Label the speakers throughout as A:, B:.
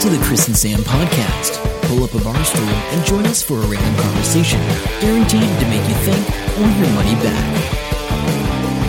A: to the Chris and Sam podcast. Pull up a bar stool and join us for a random conversation, guaranteed to make you think or your money back.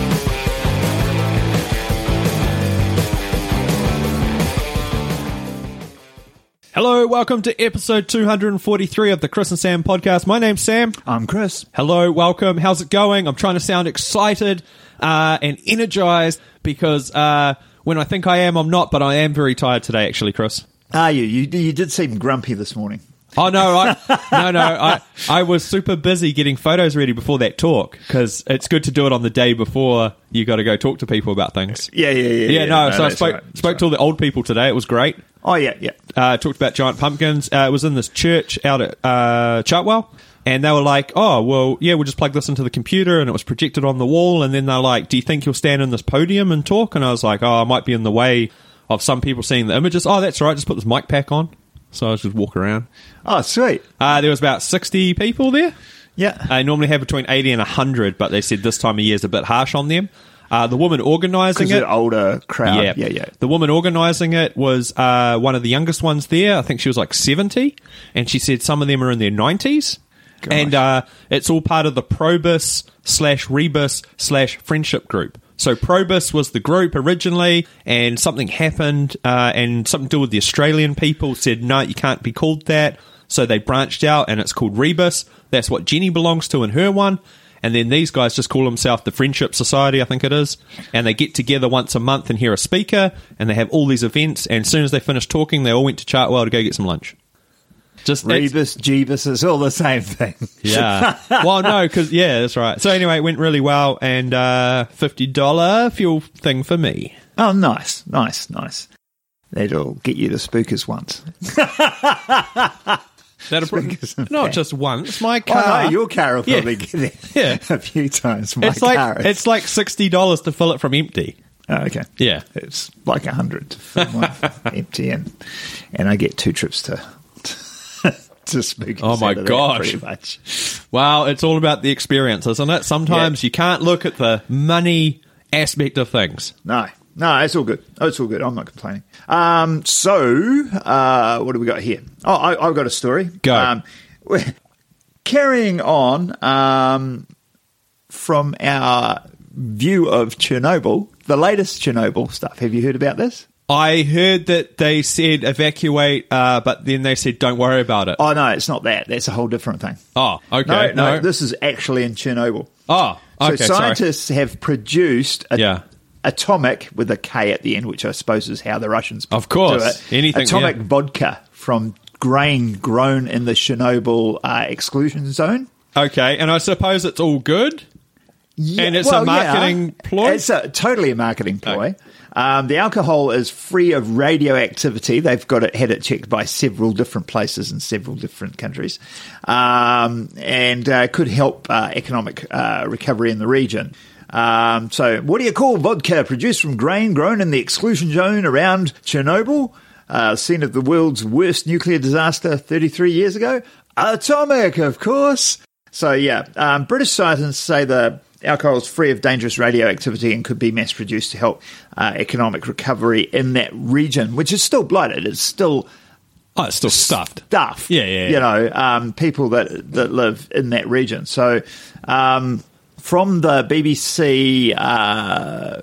B: Hello, welcome to episode 243 of the Chris and Sam podcast. My name's Sam.
C: I'm Chris.
B: Hello, welcome. How's it going? I'm trying to sound excited uh, and energized because uh, when I think I am, I'm not, but I am very tired today, actually, Chris.
C: Are you? You, you did seem grumpy this morning.
B: Oh no, I no no, I I was super busy getting photos ready before that talk because it's good to do it on the day before you got to go talk to people about things.
C: Yeah, yeah, yeah.
B: Yeah, no, so I
C: that's
B: spoke
C: right, that's
B: spoke to all the old people today. It was great.
C: right. Oh yeah, yeah.
B: uh, talked about giant pumpkins. Uh, it was in this church out at uh, Chartwell. And they were like, oh, well, yeah, we'll just plug this into the computer. And it was projected on the wall. And then they're like, do you think you'll stand in this podium and talk? And I was like, oh, I might be in the way of some people seeing the images. Oh, that's all right. Just put this mic pack on. So I was just walk around.
C: Oh sweet.
B: Uh, there was about 60 people there.
C: Yeah.
B: They normally have between 80 and 100, but they said this time of year is a bit harsh on them. Uh, the woman organising
C: Because
B: it,
C: an older crowd. Yeah, yeah, yeah.
B: the woman organising it was uh, one of the youngest ones there. I think she was like 70. And she said some of them are in their 90s. And uh, it's all part of the Probus slash Rebus slash friendship group. So Probus was the group originally, and something happened, uh, and something to do with the Australian people said, no, you can't be called that. So they branched out, and it's called Rebus. That's what Jenny belongs to in her one. And then these guys just call themselves the Friendship Society, I think it is. And they get together once a month and hear a speaker, and they have all these events. And as soon as they finish talking, they all went to Chartwell to go get some lunch. Just it's-
C: Rebus, Jeebus, it's all the same thing.
B: yeah. well, no, because yeah, that's right. So anyway, it went really well, and uh, fifty dollar fuel thing for me.
C: Oh, nice, nice, nice. That'll get you to spookers once.
B: That'll bring, not just once. My car.
C: Oh, no, your car will probably
B: Yeah.
C: get it
B: Yeah.
C: a few times. My
B: it's like
C: car is-
B: it's like sixty dollars to fill it from empty.
C: Oh, okay.
B: Yeah.
C: It's like a hundred for one empty and and I get two trips to to spookers.
B: Oh, my
C: out of that,
B: gosh.
C: Pretty much.
B: Wow, it's all about the experience, isn't it? Sometimes you can't look at the money aspect of things.
C: No, no, it's all good. Oh, it's all good. I'm not complaining. Um, so, uh, what do we got here? Oh, I, I've got a story.
B: Go.
C: Um, we're- carrying on um, from our view of Chernobyl, the latest Chernobyl stuff. Have you heard about this?
B: I heard that they said evacuate, uh, but then they said don't worry about it.
C: Oh, no, it's not that. That's a whole different thing.
B: Oh,
C: No,
B: okay,
C: no,
B: no.
C: this is actually in Chernobyl.
B: oh, okay,
C: so scientists have produced a,
B: Yeah.
C: atomic with a K at the end, which I suppose is how the Russians
B: Of course.
C: do it.
B: Anything,
C: atomic
B: yeah.
C: vodka from grain grown in the Chernobyl uh, exclusion zone.
B: sorry. Okay, and I suppose it's all good.
C: Yeah,
B: And it's a marketing ploy?
C: It's a, totally a marketing ploy. Um, the alcohol is free of radioactivity. They've got it had it checked by several different places in several different countries, um, and uh, could help uh, economic uh, recovery in the region. Um, so, what do you call vodka produced from grain grown in the exclusion zone around Chernobyl, uh, scene of the world's worst nuclear disaster 33 years ago? Atomic, of course. So yeah, um, British scientists say the alcohol is free of dangerous radioactivity and could be mass produced to help uh, economic recovery in that region, which is still blighted. It's still
B: Oh, it's still stuffed.
C: stuff.
B: Yeah, yeah, yeah.
C: You know, um, people that that live in that region. So, um, from the BBC uh,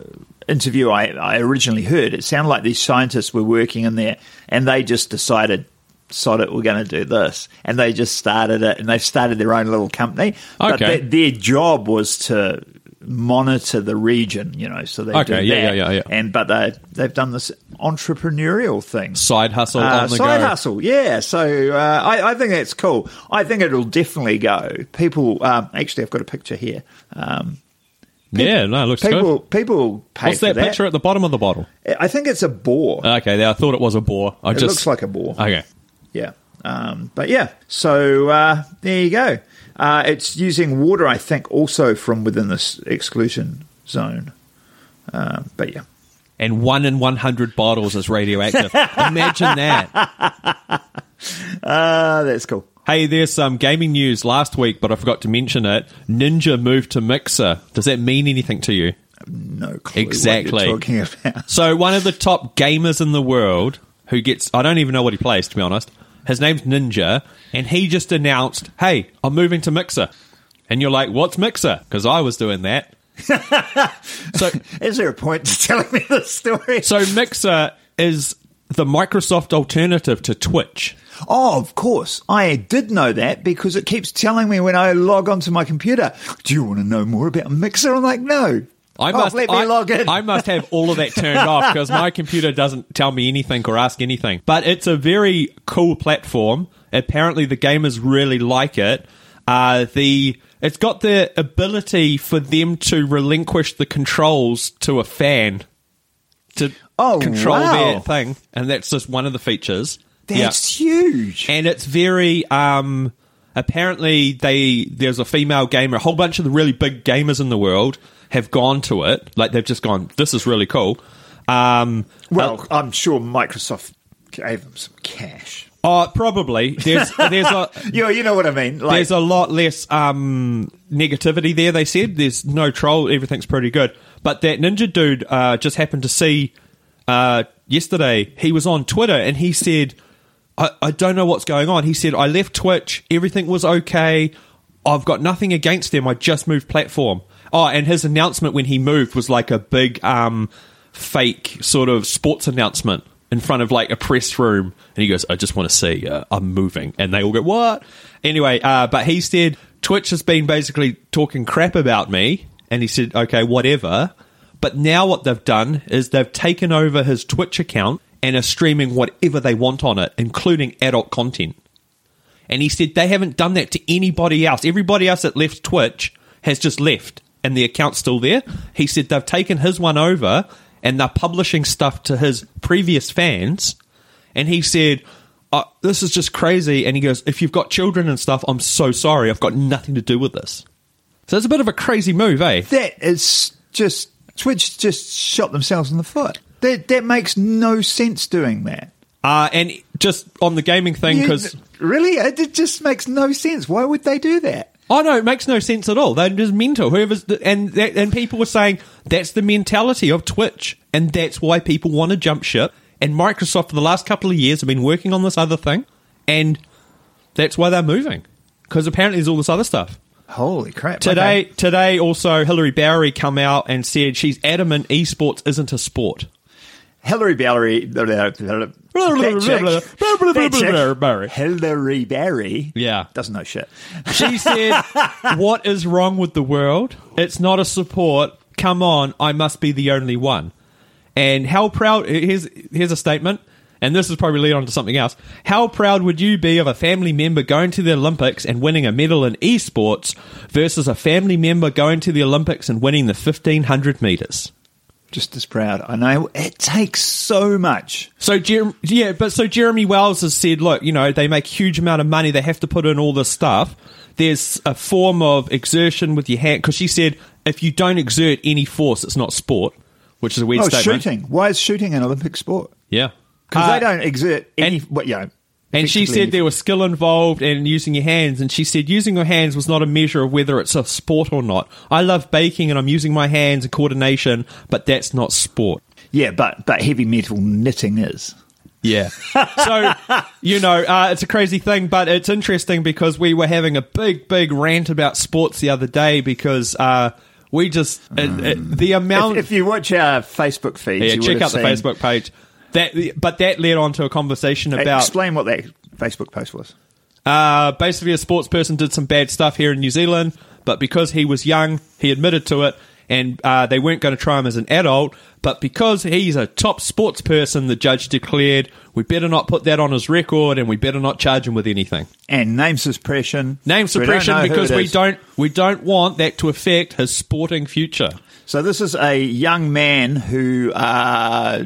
C: interview I, I originally heard, it sounded like these scientists were working in there, and they just decided. Sod it, we're going to do this, and they just started it, and they've started their own little company. But
B: Okay.
C: their- their job was to monitor the region, you know. So they
B: Okay,
C: did
B: yeah,
C: that,
B: yeah, yeah, yeah.
C: And but they they've done this entrepreneurial thing,
B: Side hustle
C: uh,
B: on the
C: side
B: go.
C: hustle, yeah. So uh, I, I think that's cool. I think it'll definitely go. People, um, actually, I've got a picture here. Um,
B: Yeah, no, it looks
C: people,
B: good.
C: people pay
B: What's
C: for
B: that, picture at the bottom of the bottle? Uh,
C: I think it's a boar.
B: Okay, there, I thought it was a boar. I
C: it
B: just
C: looks like a boar.
B: okay.
C: Yeah. Um, but yeah, so uh, there you go. Uh, it's using water, I think, also from within this exclusion zone. Um, but yeah,
B: And one in one hundred bottles is radioactive. Imagine that.
C: uh, that's cool.
B: Hey, there's some gaming news last week, but I forgot to mention it. Ninja moved to Mixer. Does that mean anything to you?
C: No clue
B: Exactly.
C: what you're talking about.
B: So one of the top gamers in the world who gets I don't even know what he plays to be honest. His name's Ninja, and he just announced, "Hey, I'm moving to Mixer," and you're like, "What's Mixer?" Because I was doing that. so
C: Is there a point to telling me this story?
B: so Mixer is the Microsoft alternative to Twitch.
C: Oh, of course. I did know that because it keeps telling me when I log onto my computer, do you want to know more about Mixer? I'm like, no.
B: I
C: Oh,
B: must
C: let me
B: I,
C: log in.
B: I must have all of that turned off because my computer doesn't tell me anything or ask anything. But it's a very cool platform. Apparently, the gamers really like it. Uh, the it's got the ability for them to relinquish the controls to a fan to
C: Oh,
B: control
C: wow.
B: their thing, and that's just one of the features. Yeah
C: That's huge.
B: and it's very um apparently they there's a female gamer a whole bunch of the really big gamers in the world have gone to it like they've just gone this is really cool um
C: Well, I'm sure Microsoft gave them some cash.
B: oh probably there's there's a
C: Yeah, you know what I mean. Like,
B: there's a lot less um, negativity there. They said there's no troll. Everything's pretty good. But that ninja dude uh, just happened to see uh, yesterday. He was on Twitter and he said, I, "I don't know what's going on." He said, "I left Twitch. Everything was okay. I've got nothing against them. I just moved platform." Oh, and his announcement when he moved was like a big um, fake sort of sports announcement in front of like a press room and he goes i just want to see uh, i'm moving and they all go what anyway uh, but he said twitch has been basically talking crap about me and he said okay whatever but now what they've done is they've taken over his twitch account and are streaming whatever they want on it including adult content and he said they haven't done that to anybody else. Everybody else that left Twitch has just left and the account's still there. He said they've taken his one over and they're publishing stuff to his previous fans. And he said, uh, This is just crazy. And he goes, If you've got children and stuff, I'm so sorry. I've got nothing to do with this. So it's a bit of a crazy move, eh?
C: that is just Twitch just shot themselves in the foot. That that makes no sense doing that.
B: Uh, and just on the gaming thing,
C: You-
B: because.
C: really, it it just makes no sense. Why would they do that?
B: Oh no, it makes no sense at all. They're just mental. Whoever's the, and that, and people were saying that's the mentality of Twitch, and that's why people want to jump ship. And Microsoft for the last couple of years have been working on this other thing, and that's why they're moving because apparently there's all this other stuff.
C: Holy crap!
B: Today,
C: okay.
B: today also Hillary Bowery come out and said she's adamant esports isn't a sport.
C: Hillary Barry. Hillary Barry.
B: Yeah.
C: doesn't know shit.
B: She said, "What is wrong with the world? It's not a support. Come on, I must be the only one." And how proud? Here's here's a statement, and this is probably lead on to something else. How proud would you be of a family member going to the Olympics and winning a medal in esports versus a family member going to the Olympics and winning the fifteen hundred meters?
C: Just as proud. I know it takes so much.
B: So Jer- yeah, but so Jeremy Wells has said, look, you know, they make huge amount of money. They have to put in all this stuff. There's a form of exertion with your hand because she said if you don't exert any force, it's not sport, which is a weird
C: Oh,
B: statement.
C: shooting. Why is shooting an Olympic sport?
B: Yeah,
C: Because
B: Uh,
C: they don't exert any.
B: and-
C: what, you know,
B: And she
C: effectively
B: said there was skill involved and using your hands. And she said using your hands was not a measure of whether it's a sport or not. I love baking and I'm using my hands and coordination, but that's not sport.
C: Yeah, but but heavy metal knitting is.
B: Yeah. so, you know, uh, it's a crazy thing, but it's interesting because we were having a big, big rant about sports the other day because uh, we just, it, it, the amount.
C: Hmm. If, if you watch our Facebook feed,
B: Um, yeah,
C: you would
B: check
C: have
B: out the
C: seen-
B: Facebook page. That, but that led on to a conversation about
C: Explain what that Facebook post was.
B: uh, basically a sports person did some bad stuff here in New Zealand, but because he was young, he admitted to it, and uh, they weren't going to try him as an adult. But because he's a top sports person, the judge declared we better not put that on his record, and we better not charge him with anything.
C: And name suppression.
B: Name
C: So we don't
B: suppression
C: know who
B: because
C: it
B: we
C: is.
B: don't we don't want that to affect his sporting future.
C: So this is a young man who uh,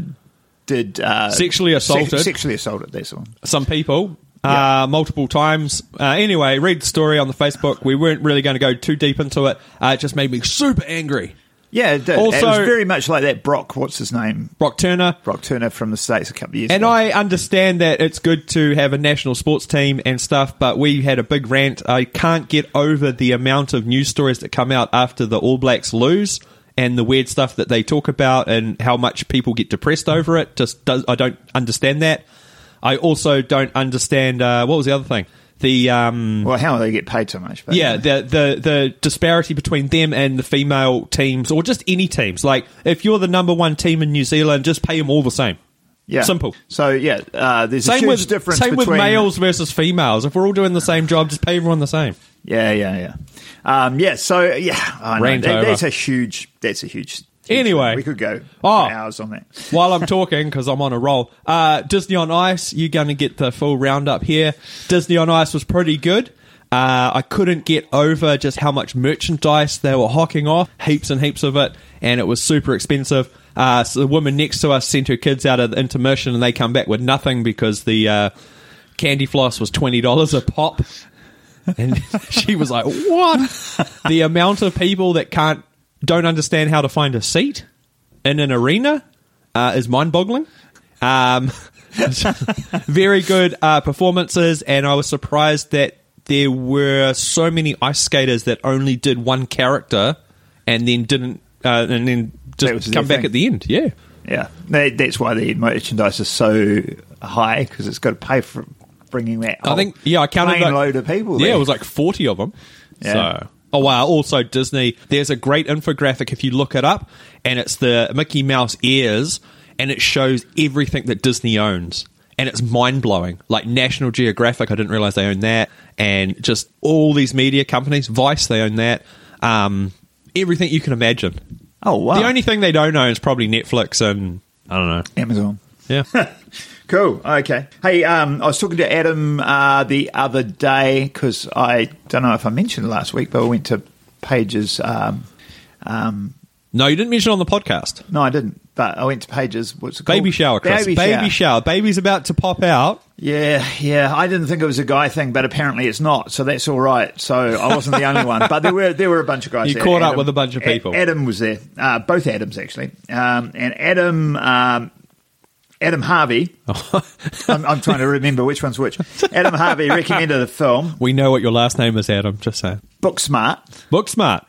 C: did uh,
B: Sexually assaulted.
C: sexually assaulted. That's all.
B: Some people. Uh, multiple times. Uh, anyway, read the story on the Facebook. We weren't really going to go too deep into it. Uh, it just made me super angry.
C: Yeah, it did. it
B: Also-
C: was very much like that. Brock, what's his name?
B: Brock Turner.
C: Brock Turner from the states a couple of years.
B: And
C: ago.
B: I understand that it's good to have a national sports team and stuff, but we had a big rant. I can't get over the amount of news stories that come out after the All Blacks lose and the weird stuff that they talk about and how much people get depressed over it. Just does I don't understand that. I also don't understand uh, what was the other thing. The um,
C: Well, how they get paid so much? But
B: yeah, the the the disparity between them and the female teams, or just any teams. Like if you're the number one team in New Zealand, just pay them all the same.
C: yeah.
B: simple.
C: So yeah, uh, there's a
B: Same
C: huge
B: with
C: difference
B: same with
C: between
B: males versus females. If we're all doing the same job, just pay everyone the same.
C: Yeah, yeah, yeah. Um, yeah. So yeah, I know.
B: Rant
C: That,
B: over.
C: that's a huge. That's a huge. huge
B: Anyway.
C: we could go
B: Oh.
C: for hours on that.
B: While I'm talking, because I'm on a roll, uh, Disney on Ice, you're going to get the full roundup here. Disney on Ice was pretty good. Uh, I couldn't get over just how much merchandise they were hocking off, heaps and heaps of it, and it was super expensive. Uh, so the woman next to us sent her kids out at the intermission, and they come back with nothing because the uh, candy floss was twenty dollars a pop. And she was like, "What? the amount of people that can't don't understand how to find a seat in an arena uh, is mind-boggling." Um, very good uh, performances, and I was surprised that there were so many ice skaters that only did one character and then didn't, uh, and then
C: That was
B: just
C: their
B: come back
C: thing.
B: at the end. Yeah,
C: Yeah, That- that's why the merchandise is so high because it's got to pay for bringing that.
B: I
C: whole
B: think yeah, I counted
C: plane
B: like,
C: Oh, load of people.
B: Yeah,
C: there.
B: it was like forty of them.
C: Yeah.
B: So. Oh wow! Also Disney. There's a great infographic if you look it up, and it's the Mickey Mouse ears, and it shows everything that Disney owns, and it's mind blowing. Like National Geographic, I didn't realize they own that, and just all these media companies, Vice, they own that. Um, everything you can imagine.
C: oh wow,
B: The only thing they don't own is probably Netflix and I don't know.
C: Amazon.
B: Yeah.
C: Cool. Okay. Hey, um, I was talking to Adam uh, the other day because I don't know if I mentioned last week, but I went to Pages. Um, um,
B: no, you didn't mention it on the podcast.
C: no, I didn't. But I went to Pages. What's it called?
B: Baby shower, Chris.
C: Oh, Baby, shower.
B: shower. Baby's about to pop out.
C: Yeah, yeah. I didn't think it was a guy thing, but apparently it's not. So that's all right. So I wasn't the only one, but there were there were a bunch of guys.
B: You
C: there.
B: caught up with a bunch of
C: A-
B: people.
C: Adam was there. Uh, both Adams actually, um, and Adam um, Adam Harvey.
B: Oh.
C: I'm, I'm trying to remember which one's which. Adam Harvey recommended a film,
B: We know what your last name is, Adam. Just saying.
C: Booksmart.
B: Book smart.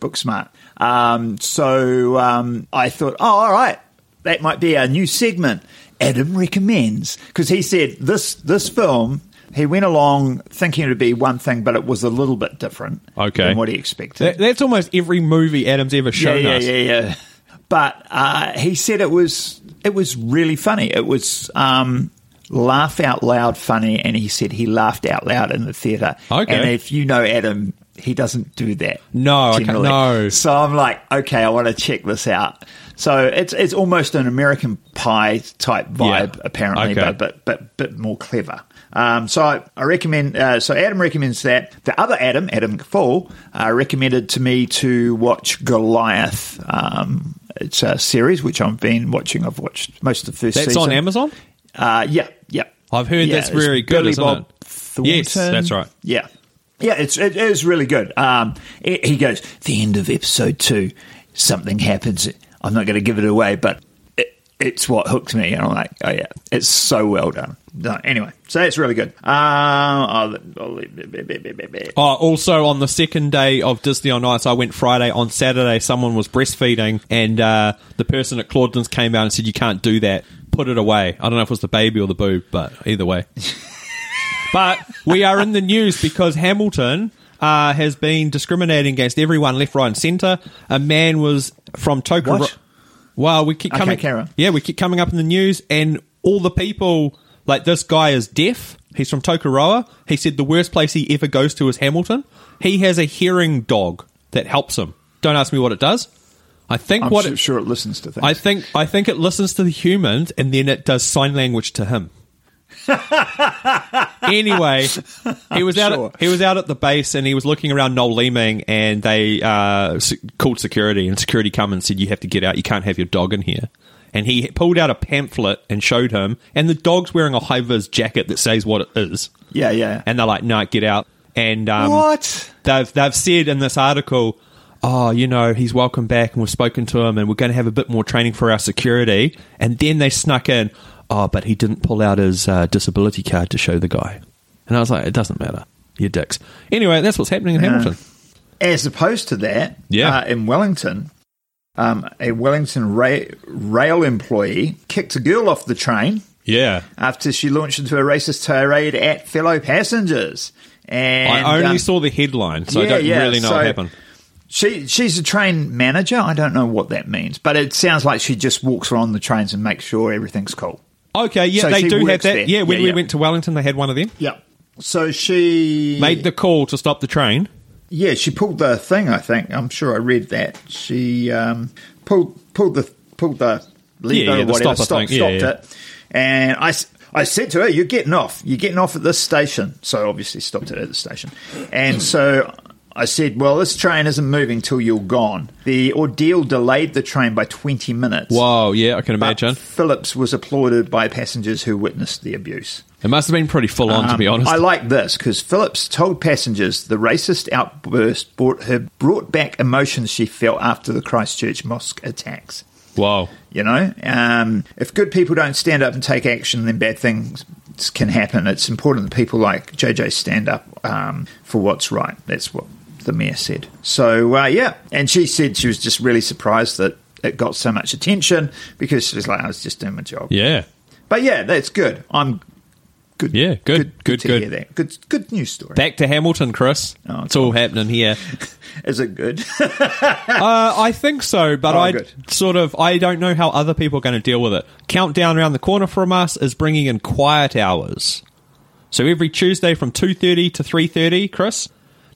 C: Booksmart. Um, so um, I thought, oh, all right, that might be our new segment. Adam recommends because he said this this film. He went along thinking it would be one thing, but it was a little bit different
B: Okay.
C: than what he expected.
B: That, that's almost every movie Adam's ever shown
C: yeah,
B: us.
C: yeah, yeah, yeah. But uh, he said it was it was really funny. It was um, laugh out loud funny, and he said he laughed out loud in the theater.
B: Okay.
C: And if you know Adam, he doesn't do that.
B: No, I can't-
C: generally.
B: no.
C: So I'm like, okay, I want to check this out. So it's it's almost an American Pie type vibe,
B: Yeah.
C: apparently,
B: Okay.
C: but, but but but more clever. Um, so I, I recommend. Uh, so Adam recommends that. The other Adam, Adam Fall, uh, recommended to me to watch Goliath. Um, it's a series which I've been watching. I've watched most of the first.
B: That's
C: season.
B: on Amazon?
C: Uh, yeah, yeah.
B: I've heard
C: Yeah,
B: that's
C: it's
B: very good,
C: Billy
B: isn't
C: Bob
B: it?
C: Thornton.
B: Yes, that's right.
C: Yeah. Yeah, it's, it is really good. Um, he he goes, the end of episode two, something happens. I'm not going to give it away, but it, it's what hooked me. And I'm like, oh, yeah, it's so well done. No, anyway, so that's really good. Um, I'll, I'll,
B: Oh, also on the second day of Disney on Ice, I went Friday. On Saturday, someone was breastfeeding, and uh, the person at Clauden's came out and said, "You can't do that. Put it away." I don't know if it was the baby or the boob, but either way. but we are in the news because Hamilton uh, has been discriminating against everyone left, right, and centre. A man was from Tokoro.
C: What?
B: Well, we keep
C: Okay,
B: coming.
C: carry on.
B: Yeah, we keep coming up in the news, and all the people like this guy is deaf. He's from Tokoroa. He said the worst place he ever goes to is Hamilton. He has a hearing dog that helps him. Don't ask me what it does. I think
C: I'm
B: what
C: su-
B: it,
C: sure it listens to things.
B: I think I think it listens to the humans and then it does sign language to him. anyway, he was out.
C: sure.
B: At, he was out at the base and he was looking around Noel Leeming, and they uh, se- called security, and security come and said, "You have to get out. You can't have your dog in here." And he pulled out a pamphlet and showed him, and the dog's wearing a high vis jacket that says what it is.
C: yeah, yeah.
B: And they're like, "No, get out." And um,
C: what?
B: they've they've said in this article, oh, you know, he's welcome back, and we've spoken to him, and we're going to have a bit more training for our security. And then they snuck in, oh, but he didn't pull out his uh, disability card to show the guy. And I was like, it doesn't matter, you dicks. Anyway, that's what's happening in Hamilton.
C: As opposed to that,
B: Yeah.
C: uh, in Wellington, um, a Wellington ra- rail employee kicked a girl off the train
B: Yeah.
C: after she launched into a racist tirade at fellow passengers. And
B: I only
C: um,
B: saw the headline, so I
C: yeah,
B: don't
C: yeah,
B: really know
C: so-
B: what happened.
C: She she's a train manager. I don't know what that means, but it sounds like she just walks around the trains and makes sure everything's cool.
B: Okay, yeah,
C: So
B: they
C: she
B: do have
C: works
B: that.
C: there.
B: Yeah, when
C: Yeah,
B: we
C: yeah.
B: went to Wellington, they had one of them.
C: Yeah. So she
B: Made the call to stop the train.
C: yeah she pulled the thing. I think I'm sure I read that she um, pulled pulled the pulled the lever
B: Yeah, yeah,
C: or
B: the
C: whatever
B: stopper
C: stopped,
B: thing. Yeah,
C: stopped it, and I. s- I said to her, "You're getting off. You're getting off at this station." So obviously stopped it at the station,
B: Hmm.
C: and so I said, "Well, this train isn't moving till you're gone." The ordeal delayed the train by 20 minutes.
B: Whoa, yeah, I can
C: But
B: imagine.
C: Phillips was applauded by passengers who witnessed the abuse.
B: It must have been pretty full on, to be
C: Um,
B: honest.
C: I like this because Phillips told passengers the racist outburst brought her brought back emotions she felt after the Christchurch mosque attacks.
B: Whoa.
C: You know, um, if good people don't stand up and take action, then bad things can happen. It's important that people like JJ stand up um, for what's right. That's what the mayor said. So, uh, yeah. And she said she was just really surprised that it got so much attention because she was like, I was just doing my job.
B: Yeah.
C: But yeah, that's good. I'm good.
B: Yeah, good, good,
C: to
B: good.
C: hear that. Good, good news story.
B: Back to Hamilton, Chris.
C: Oh,
B: it's all happening here.
C: Is it good?
B: Uh, I think so, but
C: Oh,
B: I
C: good.
B: sort of I don't know how other people are going to deal with it. Countdown around the corner from us is bringing in quiet hours. So every Tuesday from 2:30 to 3:30, Chris,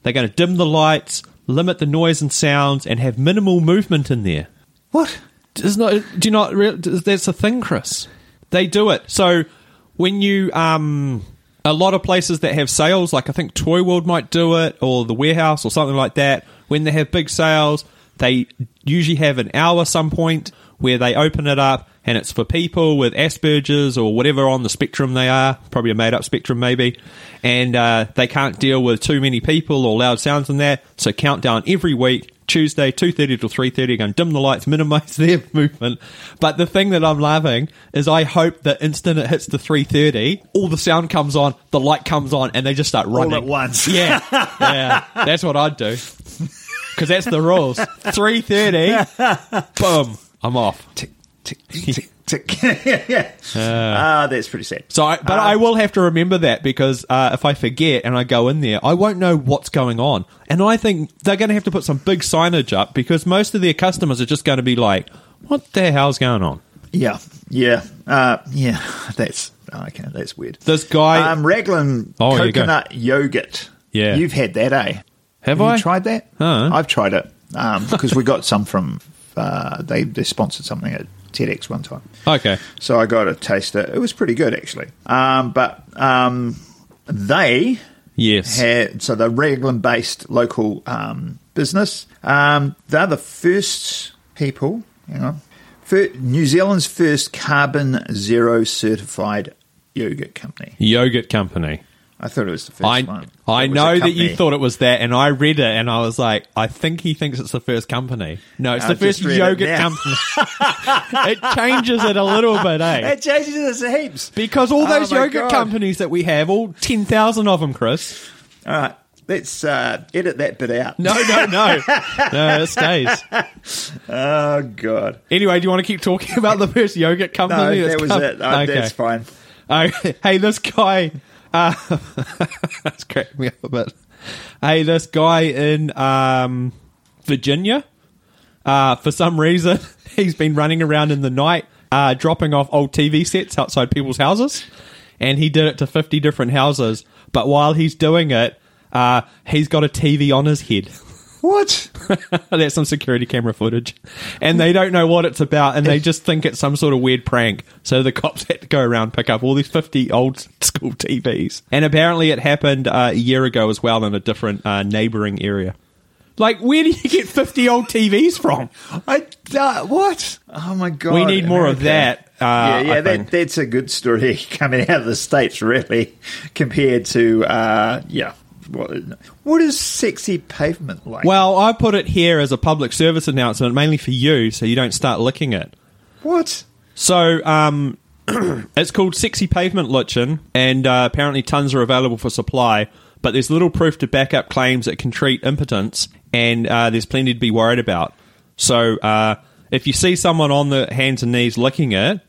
B: they're going to dim the lights, limit the noise and sounds and have minimal movement in there.
C: what?
B: It's not do you not real- that's a thing, Chris. They do it. So when you um a lot of places that have sales, like I think Toy World might do it or the warehouse or something like that, when they have big sales, they usually have an hour some point where they open it up and it's for people with Asperger's or whatever on the spectrum they are, probably a made up spectrum maybe, and uh, they can't deal with too many people or loud sounds and that. So countdown every week, Tuesday, two thirty till three thirty, going dim the lights, minimise their movement. But the thing that I'm loving is I hope that instant it hits the three thirty, all the sound comes on, the light comes on, and they just start running
C: at once.
B: Yeah, yeah, that's what I'd do because that's the rules. Three thirty, boom, I'm off.
C: Tick, tick, tick, tick. yeah, yeah. Ah, that's pretty sad.
B: Uh. So, I,
C: Um,
B: but I will have to remember that because uh, if I forget and I go in there, I won't know what's going on. And I think they're going to have to put some big signage up because most of their customers are just going to be like, "What the hell's going on?"
C: Yeah, yeah, uh, yeah. That's oh, okay. That's weird.
B: This guy-
C: um, Raglan
B: Oh, here you go.
C: coconut yogurt.
B: Yeah.
C: you've had that, eh?
B: Have
C: you
B: I?
C: tried that?
B: Huh.
C: I've tried it because we got some from. Uh, they they sponsored something at TEDx one time.
B: Okay,
C: So I got to taste it. It was pretty good actually. Um, but um, they
B: yes,
C: had so the Raglan based local um, business. Um, they're the first people, hang on, fir- New Zealand's first carbon zero certified yogurt company.
B: yogurt company.
C: I thought it was the first
B: I
C: one.
B: I
C: It was a
B: know that you
C: company.
B: thought it was that, and I read it, and I was like, I think he thinks it's the first company. No, it's
C: I
B: the first
C: just read it
B: yogurt
C: now.
B: company. it changes it a little bit, eh?
C: It changes us heaps.
B: Because all
C: Oh
B: those
C: my
B: yogurt
C: God.
B: companies that we have, all 10,000 of them, Chris.
C: All right, let's uh, edit that bit out.
B: No, no, no. no, it stays.
C: Oh, God.
B: Anyway, do you want to keep talking about the first yogurt
C: No,
B: company?
C: that
B: that's
C: was
B: come-
C: it. Uh, That's fine.
B: Oh, hey, this guy. Uh, that's cracked me up a bit. Hey, this guy in um, Virginia, uh, for some reason, he's been running around in the night uh, dropping off old TV sets outside people's houses. And he did it to 50 different houses. But while he's doing it, uh, he's got a TV on his head.
C: What?
B: That's some security camera footage. And they don't know what it's about and they just think it's some sort of weird prank. So the cops had to go around pick up all these 50 old school TVs. And apparently it happened uh, a year ago as well in a different uh, neighboring area. Like, where do you get 50 old TVs from?
C: I uh, what? Oh my god!
B: We need more of that, uh,
C: yeah,
B: I
C: yeah,
B: think.
C: that, that's a good story coming out of the states, really, compared to uh, yeah. What, what is sexy pavement like?
B: Well, I put it here as a public service announcement, mainly for you, so you don't start licking it.
C: what?
B: So, um, it's called Sexy Pavement Lichen, and uh, apparently tons are available for supply, but there's little proof to back up claims that can treat impotence, and uh, there's plenty to be worried about. So, uh, If you see someone on the hands and knees licking it,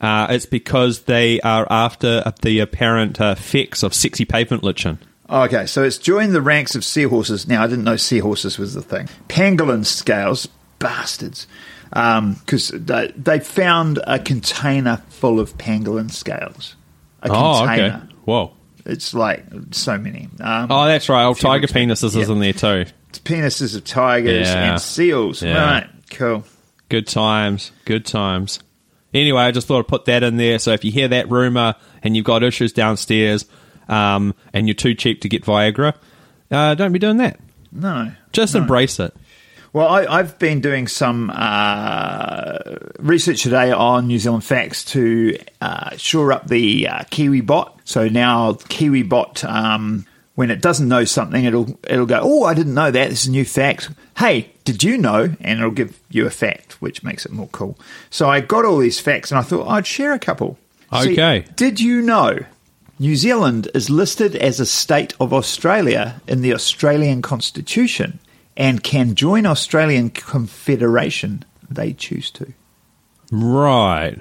B: uh, it's because they are after the apparent uh, fecks of sexy pavement lichen.
C: Oh, Okay, so it's joined the ranks of seahorses. Now, I didn't know seahorses was the thing. Pangolin scales, bastards. Because they, they found a container full of pangolin scales. A container.
B: Oh, Whoa.
C: It's like so many. Um,
B: Oh, that's right. Oh,
C: Few
B: tiger
C: weeks
B: penises
C: back.
B: is in there too.
C: penises of tigers
B: Yeah.
C: and seals.
B: Yeah.
C: Right, cool.
B: Good times. Good times. Anyway, I just thought I'd put that in there. So if you hear that rumor and you've got issues downstairs um, and you're too cheap to get Viagra, uh, don't be doing that.
C: No.
B: Just embrace it.
C: Well, I, I've been doing some uh, research today on New Zealand facts to uh, shore up the uh, KiwiBot. So now KiwiBot, um, when it doesn't know something, it'll it'll go, "Oh, I didn't know that. This is a new fact." Hey, did you know? And it'll give you a fact, which makes it more cool. So I got all these facts, and I thought I'd share a couple. See,
B: Okay.
C: did you know New Zealand is listed as a state of Australia in the Australian Constitution and can join Australian Confederation? They choose to.
B: Right.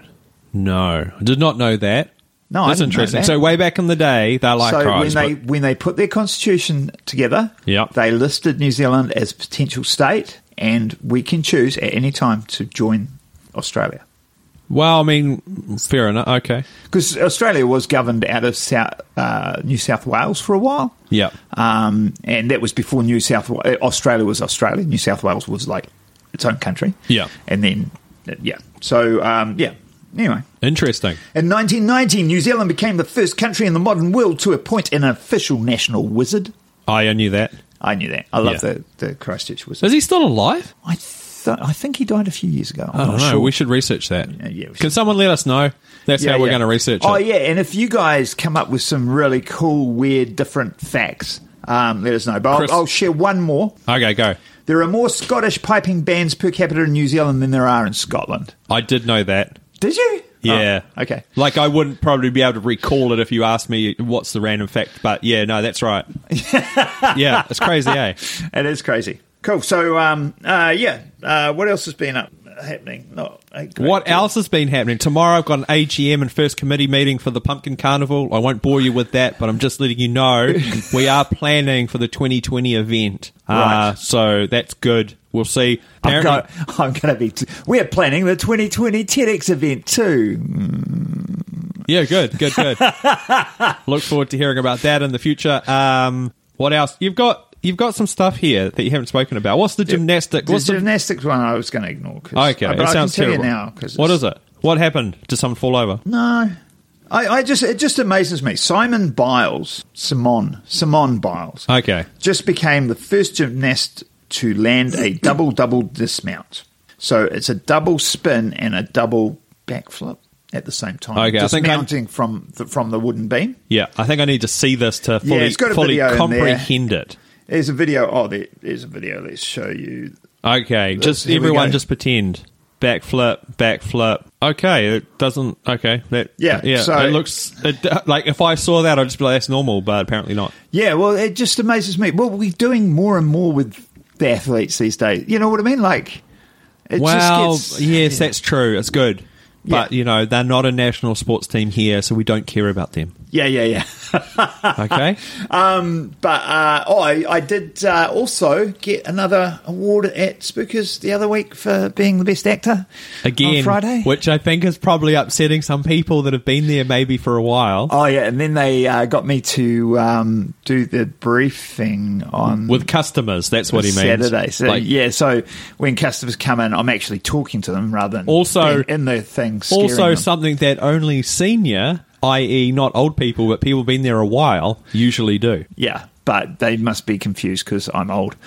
B: No, I did not know that.
C: No, I
B: that's
C: didn't know
B: interesting.
C: that.
B: So way back in the day, they're like,
C: so when
B: "Christ,
C: they
B: but-
C: when they put their constitution together,
B: Yep.
C: they listed New Zealand as a potential state, and we can choose at any time to join Australia.
B: well, I mean, fair enough. Okay,
C: because Australia was governed out of South, uh, New South Wales for a while.
B: Yep.
C: Um, and that was before New South Wa- uh, Australia was Australia. New South Wales was like its own country.
B: Yeah.
C: And then, uh, yeah. So, um, yeah. Anyway.
B: interesting.
C: In 1990, New Zealand became the first country in the modern world to appoint an official national wizard.
B: I knew that.
C: I knew that. I love
B: Yeah.
C: the, the Christchurch wizard.
B: Is he still alive?
C: I, th- I think he died a few years ago. I'm
B: I
C: not
B: don't know.
C: sure.
B: We should research that.
C: yeah,
B: Can
C: we should.
B: someone let us know? That's how we're going to research
C: Oh
B: it.
C: yeah, and if you guys come up with some really cool, weird, different facts, um, let us know. But
B: Chris-
C: I'll, I'll share one more.
B: Okay, go.
C: There are more Scottish piping bands per capita in New Zealand than there are in Scotland.
B: I did know that.
C: Did you?
B: Yeah.
C: Oh, okay.
B: Like I wouldn't probably be able to recall it if you asked me what's the random fact, but yeah, no, that's right. yeah, it's crazy, eh?
C: It is crazy. Cool. So, um, uh, yeah. Uh, what else has been up happening? Not a great
B: What
C: deal.
B: else has been happening? Tomorrow I've got an AGM and first committee meeting for the Pumpkin Carnival. I won't bore you with that, but I'm just letting you know we are planning for the 2020 event. Uh,
C: Right.
B: so that's good. We'll see.
C: I'm
B: Apparently-
C: going, I'm going to be. T- we're planning the 2020 TEDx event too.
B: Yeah, good, good, good. Look forward to hearing about that in the future. Um, what else? You've got you've got some stuff here that you haven't spoken about. What's the gymnastic?
C: The
B: What's the,
C: gymnastics one I was going to ignore. 'cause-
B: okay?
C: but
B: it
C: I
B: sounds
C: can tell
B: terrible.
C: you now. 'cause
B: what
C: it's-
B: is it? What happened? Did someone fall over?
C: No. I, I just it just amazes me. Simon Biles, Simon, Simon Biles,
B: Okay.
C: just became the first gymnast to land a double double dismount. So it's a double spin and a double backflip at the same time,
B: Okay, I think I'm-
C: dismounting from the, from the wooden beam.
B: Yeah, I think I need to see this to fully,
C: it's got a
B: fully
C: video in there.
B: comprehend it.
C: There's a video. Oh, there, there's a video. Let's show you.
B: Okay, just
C: here we
B: everyone
C: go.
B: just pretend. Backflip, backflip. Okay, it doesn't. Okay, that
C: Yeah,
B: yeah.
C: so-
B: it looks it, like if I saw that, I'd just be like, "That's normal," but apparently not.
C: Yeah, well, it just amazes me. Well, we're doing more and more with the athletes these days. You know what I mean? Like, it
B: Well,
C: just gets,
B: yes, that's true. It's good. But,
C: Yeah.
B: you know, they're not a national sports team here, so we don't care about them.
C: yeah, yeah, yeah.
B: Okay?
C: But uh, oh, I, I did uh, also get another award at Spookers the other week for being the best actor
B: Again,
C: on Friday.
B: which I think is probably upsetting some people that have been there maybe for a while.
C: Oh yeah, and then they uh, got me to um, do the briefing on
B: With customers, that's what he means.
C: Saturday. So
B: Like,
C: yeah, so when customers come in, I'm actually talking to them rather than
B: Also-
C: being in the thing. scaring
B: also,
C: them.
B: something that only senior, i.e., not old people, but people been there a while, usually do.
C: Yeah, but they must be confused because I'm old. Um,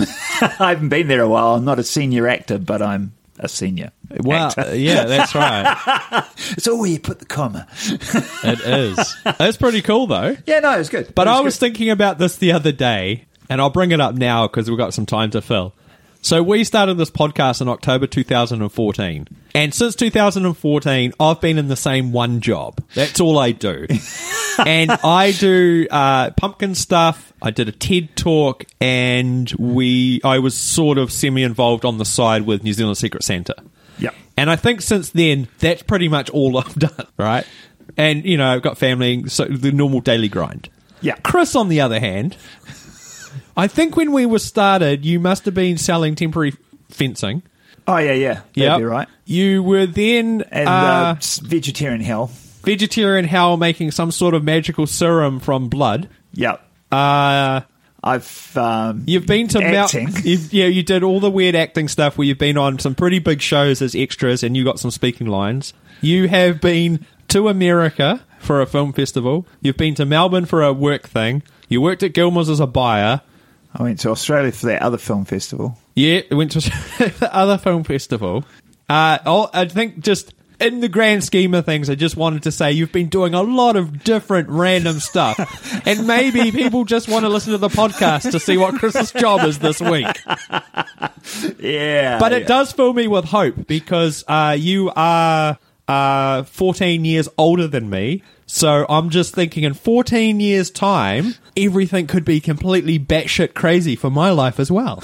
C: I haven't been there a while. I'm not a senior actor, but I'm a senior.
B: Well,
C: actor.
B: yeah, that's right.
C: it's all where you put the comma.
B: it is. That's pretty cool, though.
C: Yeah, no, it's good.
B: But
C: It
B: I
C: good.
B: was thinking about this the other day, and I'll bring it up now because we've got some time to fill. So we started this podcast in October 2014. And since 2014, I've been in the same one job. That's all I do. and I do uh, pumpkin stuff. I did a TED talk and we I was sort of semi-involved on the side with New Zealand Secret Santa.
C: Yep.
B: And I think since then, that's pretty much all I've done, right? And, you know, I've got family, so the normal daily grind.
C: Yeah.
B: Chris, on the other hand, I think when we were started, you must have been selling temporary fencing.
C: Oh yeah, yeah. That'd
B: Yep.
C: be right.
B: You were then
C: And uh,
B: uh,
C: s- vegetarian hell.
B: vegetarian hell making some sort of magical serum from blood.
C: Yep.
B: Uh,
C: I've um,
B: You've been to Mount.
C: acting.
B: You've, yeah, you did all the weird acting stuff where you've been on some pretty big shows as extras and you got some speaking lines. You have been to America for a film festival. You've been to Melbourne for a work thing. You worked at Gilmore's as a buyer.
C: I went to Australia for that other film festival.
B: Yeah, it went to the other film festival. Uh, oh, I think just in the grand scheme of things, I just wanted to say you've been doing a lot of different random stuff, and maybe people just want to listen to the podcast to see what Chris's job is this week.
C: Yeah,
B: But it does fill me with hope because uh, you are uh, 14 years older than me. So I'm just thinking in 14 years' time, everything could be completely batshit crazy for my life as well.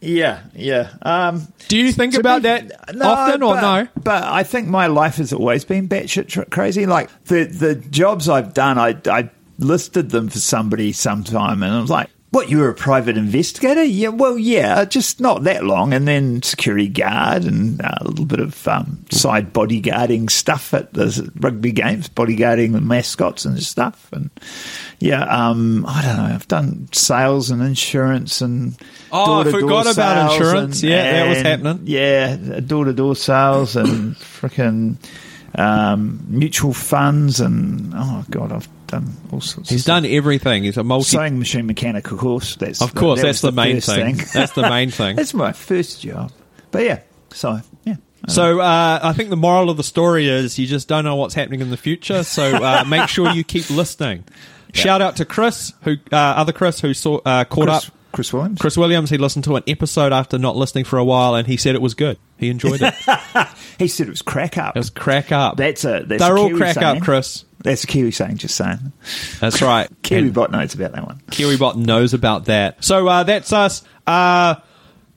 C: Yeah, yeah. Um,
B: Do you think
C: to
B: about
C: me-
B: that often or
C: but-
B: no?
C: But I think my life has always been batshit tr- crazy. Like the the jobs I've done, I I listed them for somebody sometime, and I was like. What you were a private investigator? Yeah, well, yeah, just not that long, and then security guard and uh, a little bit of um, side bodyguarding stuff at the rugby games, bodyguarding the mascots and stuff, and yeah, um, I don't know. I've done sales and insurance and
B: Oh, I
C: door-to-door
B: forgot about
C: sales
B: insurance.
C: and-
B: Yeah, that was
C: and-
B: happening.
C: Yeah, door to door sales and frickin' um, mutual funds and oh god, I've done all sorts.
B: He's
C: of stuff.
B: done everything. He's a multi.
C: sewing machine mechanic, of course. That's
B: of course,
C: that
B: that's
C: was
B: the, main
C: first
B: thing. That's the main thing.
C: that's my first job. But yeah, so yeah,
B: So uh, I think the moral of the story is you just don't know what's happening in the future. So uh, make sure you keep listening. Shout out to Chris, who uh, other Chris who saw, uh, caught
C: Chris,
B: up.
C: Chris Williams.
B: Chris Williams. He listened to an episode after not listening for a while, and he said it was good. He enjoyed it. it
C: He said it was crack up.
B: was crack up.
C: that's a that's
B: They're
C: a
B: all
C: Kiwi eh?
B: crack
C: saying.
B: up, Chris.
C: That's a Kiwi saying. Just saying.
B: That's right.
C: Kiwi
B: And-
C: bot knows about that one.
B: KiwiBot knows about that. So uh, that's us. Uh,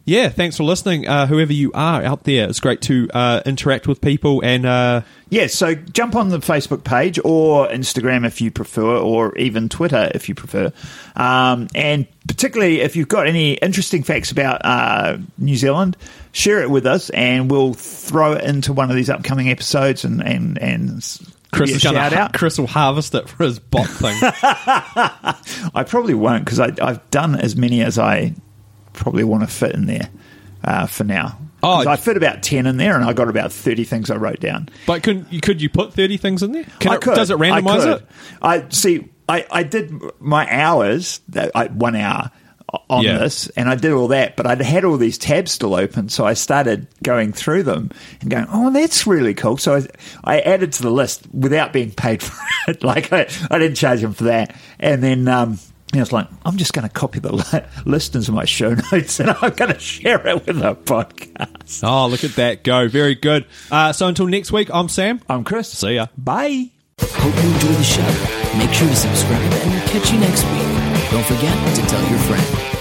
B: yeah, thanks for listening, uh, whoever you are out there. It's great to uh, interact with people and uh,
C: Yeah, so jump on the Facebook page or Instagram if you prefer, or even Twitter if you prefer. Um, and particularly if you've got any interesting facts about uh, New Zealand, share it with us and we'll throw it into one of these upcoming episodes and, and, and s-
B: Chris
C: give you
B: is
C: a
B: gonna
C: shout
B: ha-
C: out.
B: Chris will harvest it for his bot thing.
C: I probably won't because I've done as many as I probably want to fit in there uh, for now.
B: Oh,
C: 'Cause I fit about 10 in there and I got about 30 things I wrote down.
B: but could you, could you put thirty things in there? Can
C: I
B: it,
C: could.
B: Does it randomize
C: I could.
B: it?
C: I see. I, I did my hours, that- I, one hour o- on
B: Yeah.
C: this, and I did all that, but I'd had all these tabs still open, so I started going through them and going, "Oh, that's really cool." So I, I added to the list without being paid for it. Like I, I didn't charge them for that, and then. Um, and I was like, I'm just going to copy the li- list into my show notes and I'm going to share it with the podcast.
B: Oh, look at that go! Very good. Uh, so until next week, I'm Sam.
C: I'm Chris.
B: See ya.
C: Bye.
A: Hope you enjoy the show. Make sure to subscribe and we'll catch you next week. Don't forget to tell your friend.